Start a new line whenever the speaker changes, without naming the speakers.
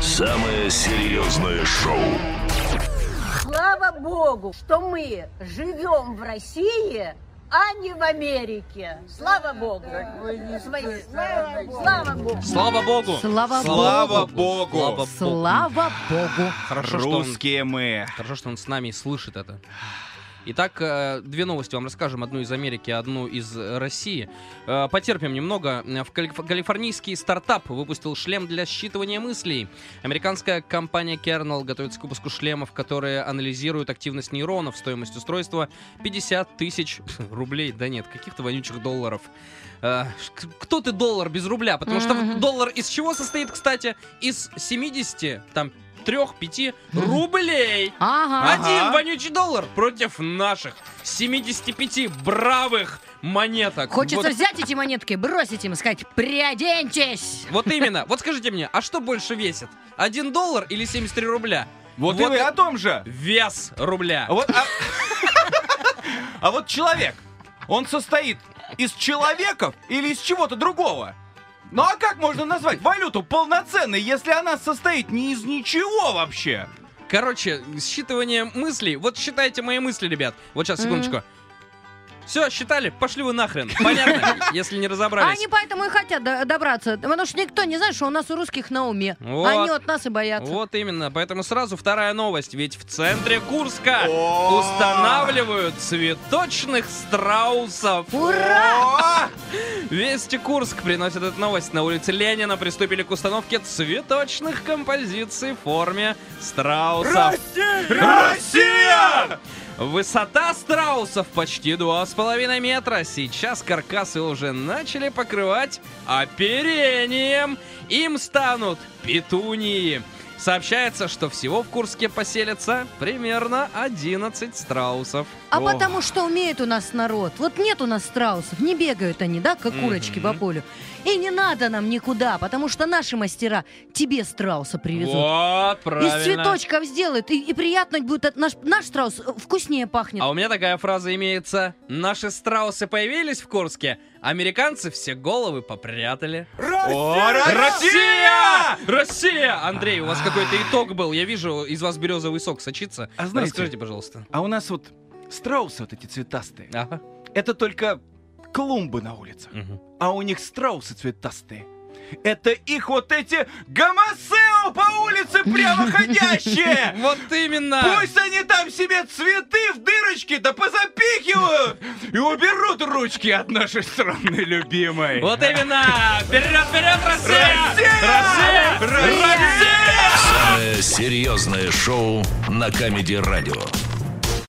Самое серьезное шоу
Слава Богу, что мы живем в России, а не в Америке. Слава Богу. Свои- Слава Богу. Слава Богу.
Слава богу!
Слава
Слава
Богу.
богу!
Слава богу!
Слава Богу.
Хорошо, что он,
Русские мы.
хорошо, что он с нами и слышит это. Итак, э, две новости вам расскажем. Одну из Америки, одну из э, России. Э, Потерпим немного. Э, В калиф- калифорнийский стартап выпустил шлем для считывания мыслей. Американская компания Kernel готовится к выпуску шлемов, которые анализируют активность нейронов. Стоимость устройства 50 тысяч рублей. Да нет, каких-то вонючих долларов. Э, ш- Кто ты доллар без рубля? Потому что
Мгм.
доллар из чего состоит, кстати? Из 70, там, 3-5
Мгм.
рублей.
Ага.
А?
Один вонючий доллар против наших 75 бравых монеток.
Хочется
А? вот,
взять эти монетки, бросить им, сказать, приоденьтесь.
вот именно. Вот скажите мне, а что больше весит? Один доллар или 73 рубля?
Вот,
Вот
и вы
и-
о том же.
Вес рубля.
А вот, а... а вот человек, он состоит из человеков или из чего-то другого? Ну а как можно назвать валюту полноценной, если она состоит не из ничего вообще?
Короче, считывание мыслей. Вот считайте мои мысли, ребят. Вот сейчас, секундочку. Все, считали? Пошли вы нахрен. Понятно, если не
А
разобрались.
они поэтому и хотят до- добраться. Потому что никто не знает, что у нас у русских на уме.
Вот.
Они от нас и боятся.
Вот именно, поэтому сразу вторая новость, ведь в центре Курска
О.
устанавливают цветочных страусов.
Ура!
О!
Вести Курск приносит эту новость. На улице Ленина приступили к установке цветочных композиций в форме страусов.
Россия!
Высота страусов почти 2,5 метра. Сейчас каркасы уже начали покрывать оперением. Им станут петунии. Сообщается, что всего в Курске поселится примерно 11 страусов.
А
О.
потому что умеет у нас народ. Вот нет у нас страусов, не бегают они, да, как курочки по полю. И не надо нам никуда, потому что наши мастера тебе страуса привезут.
Вот, правильно.
Из цветочков сделают, и, и приятно будет. от- Наш, наш страус э, вкуснее пахнет.
А у меня такая фраза имеется. Наши страусы появились в Курске, американцы все головы попрятали.
О,
Россия! Россия! Андрей, у вас какой-то итог был. Я вижу, из вас березовый сок сочится.
А знаете-
Расскажите, пожалуйста.
А у нас вот страусы вот эти цветастые.
Ага.
Это только клумбы на улицах.
Мгм.
а у них страусы цветастые. Это их вот эти гомосео по улице прямоходящие!
Вот именно!
Пусть они там себе цветы в дырочки да позапихивают и уберут ручки от нашей страны любимой.
Вот именно! Вперед, вперед, Россия!
Россия!
Россия!
Россия!
Самое серьезное шоу на Камеди Радио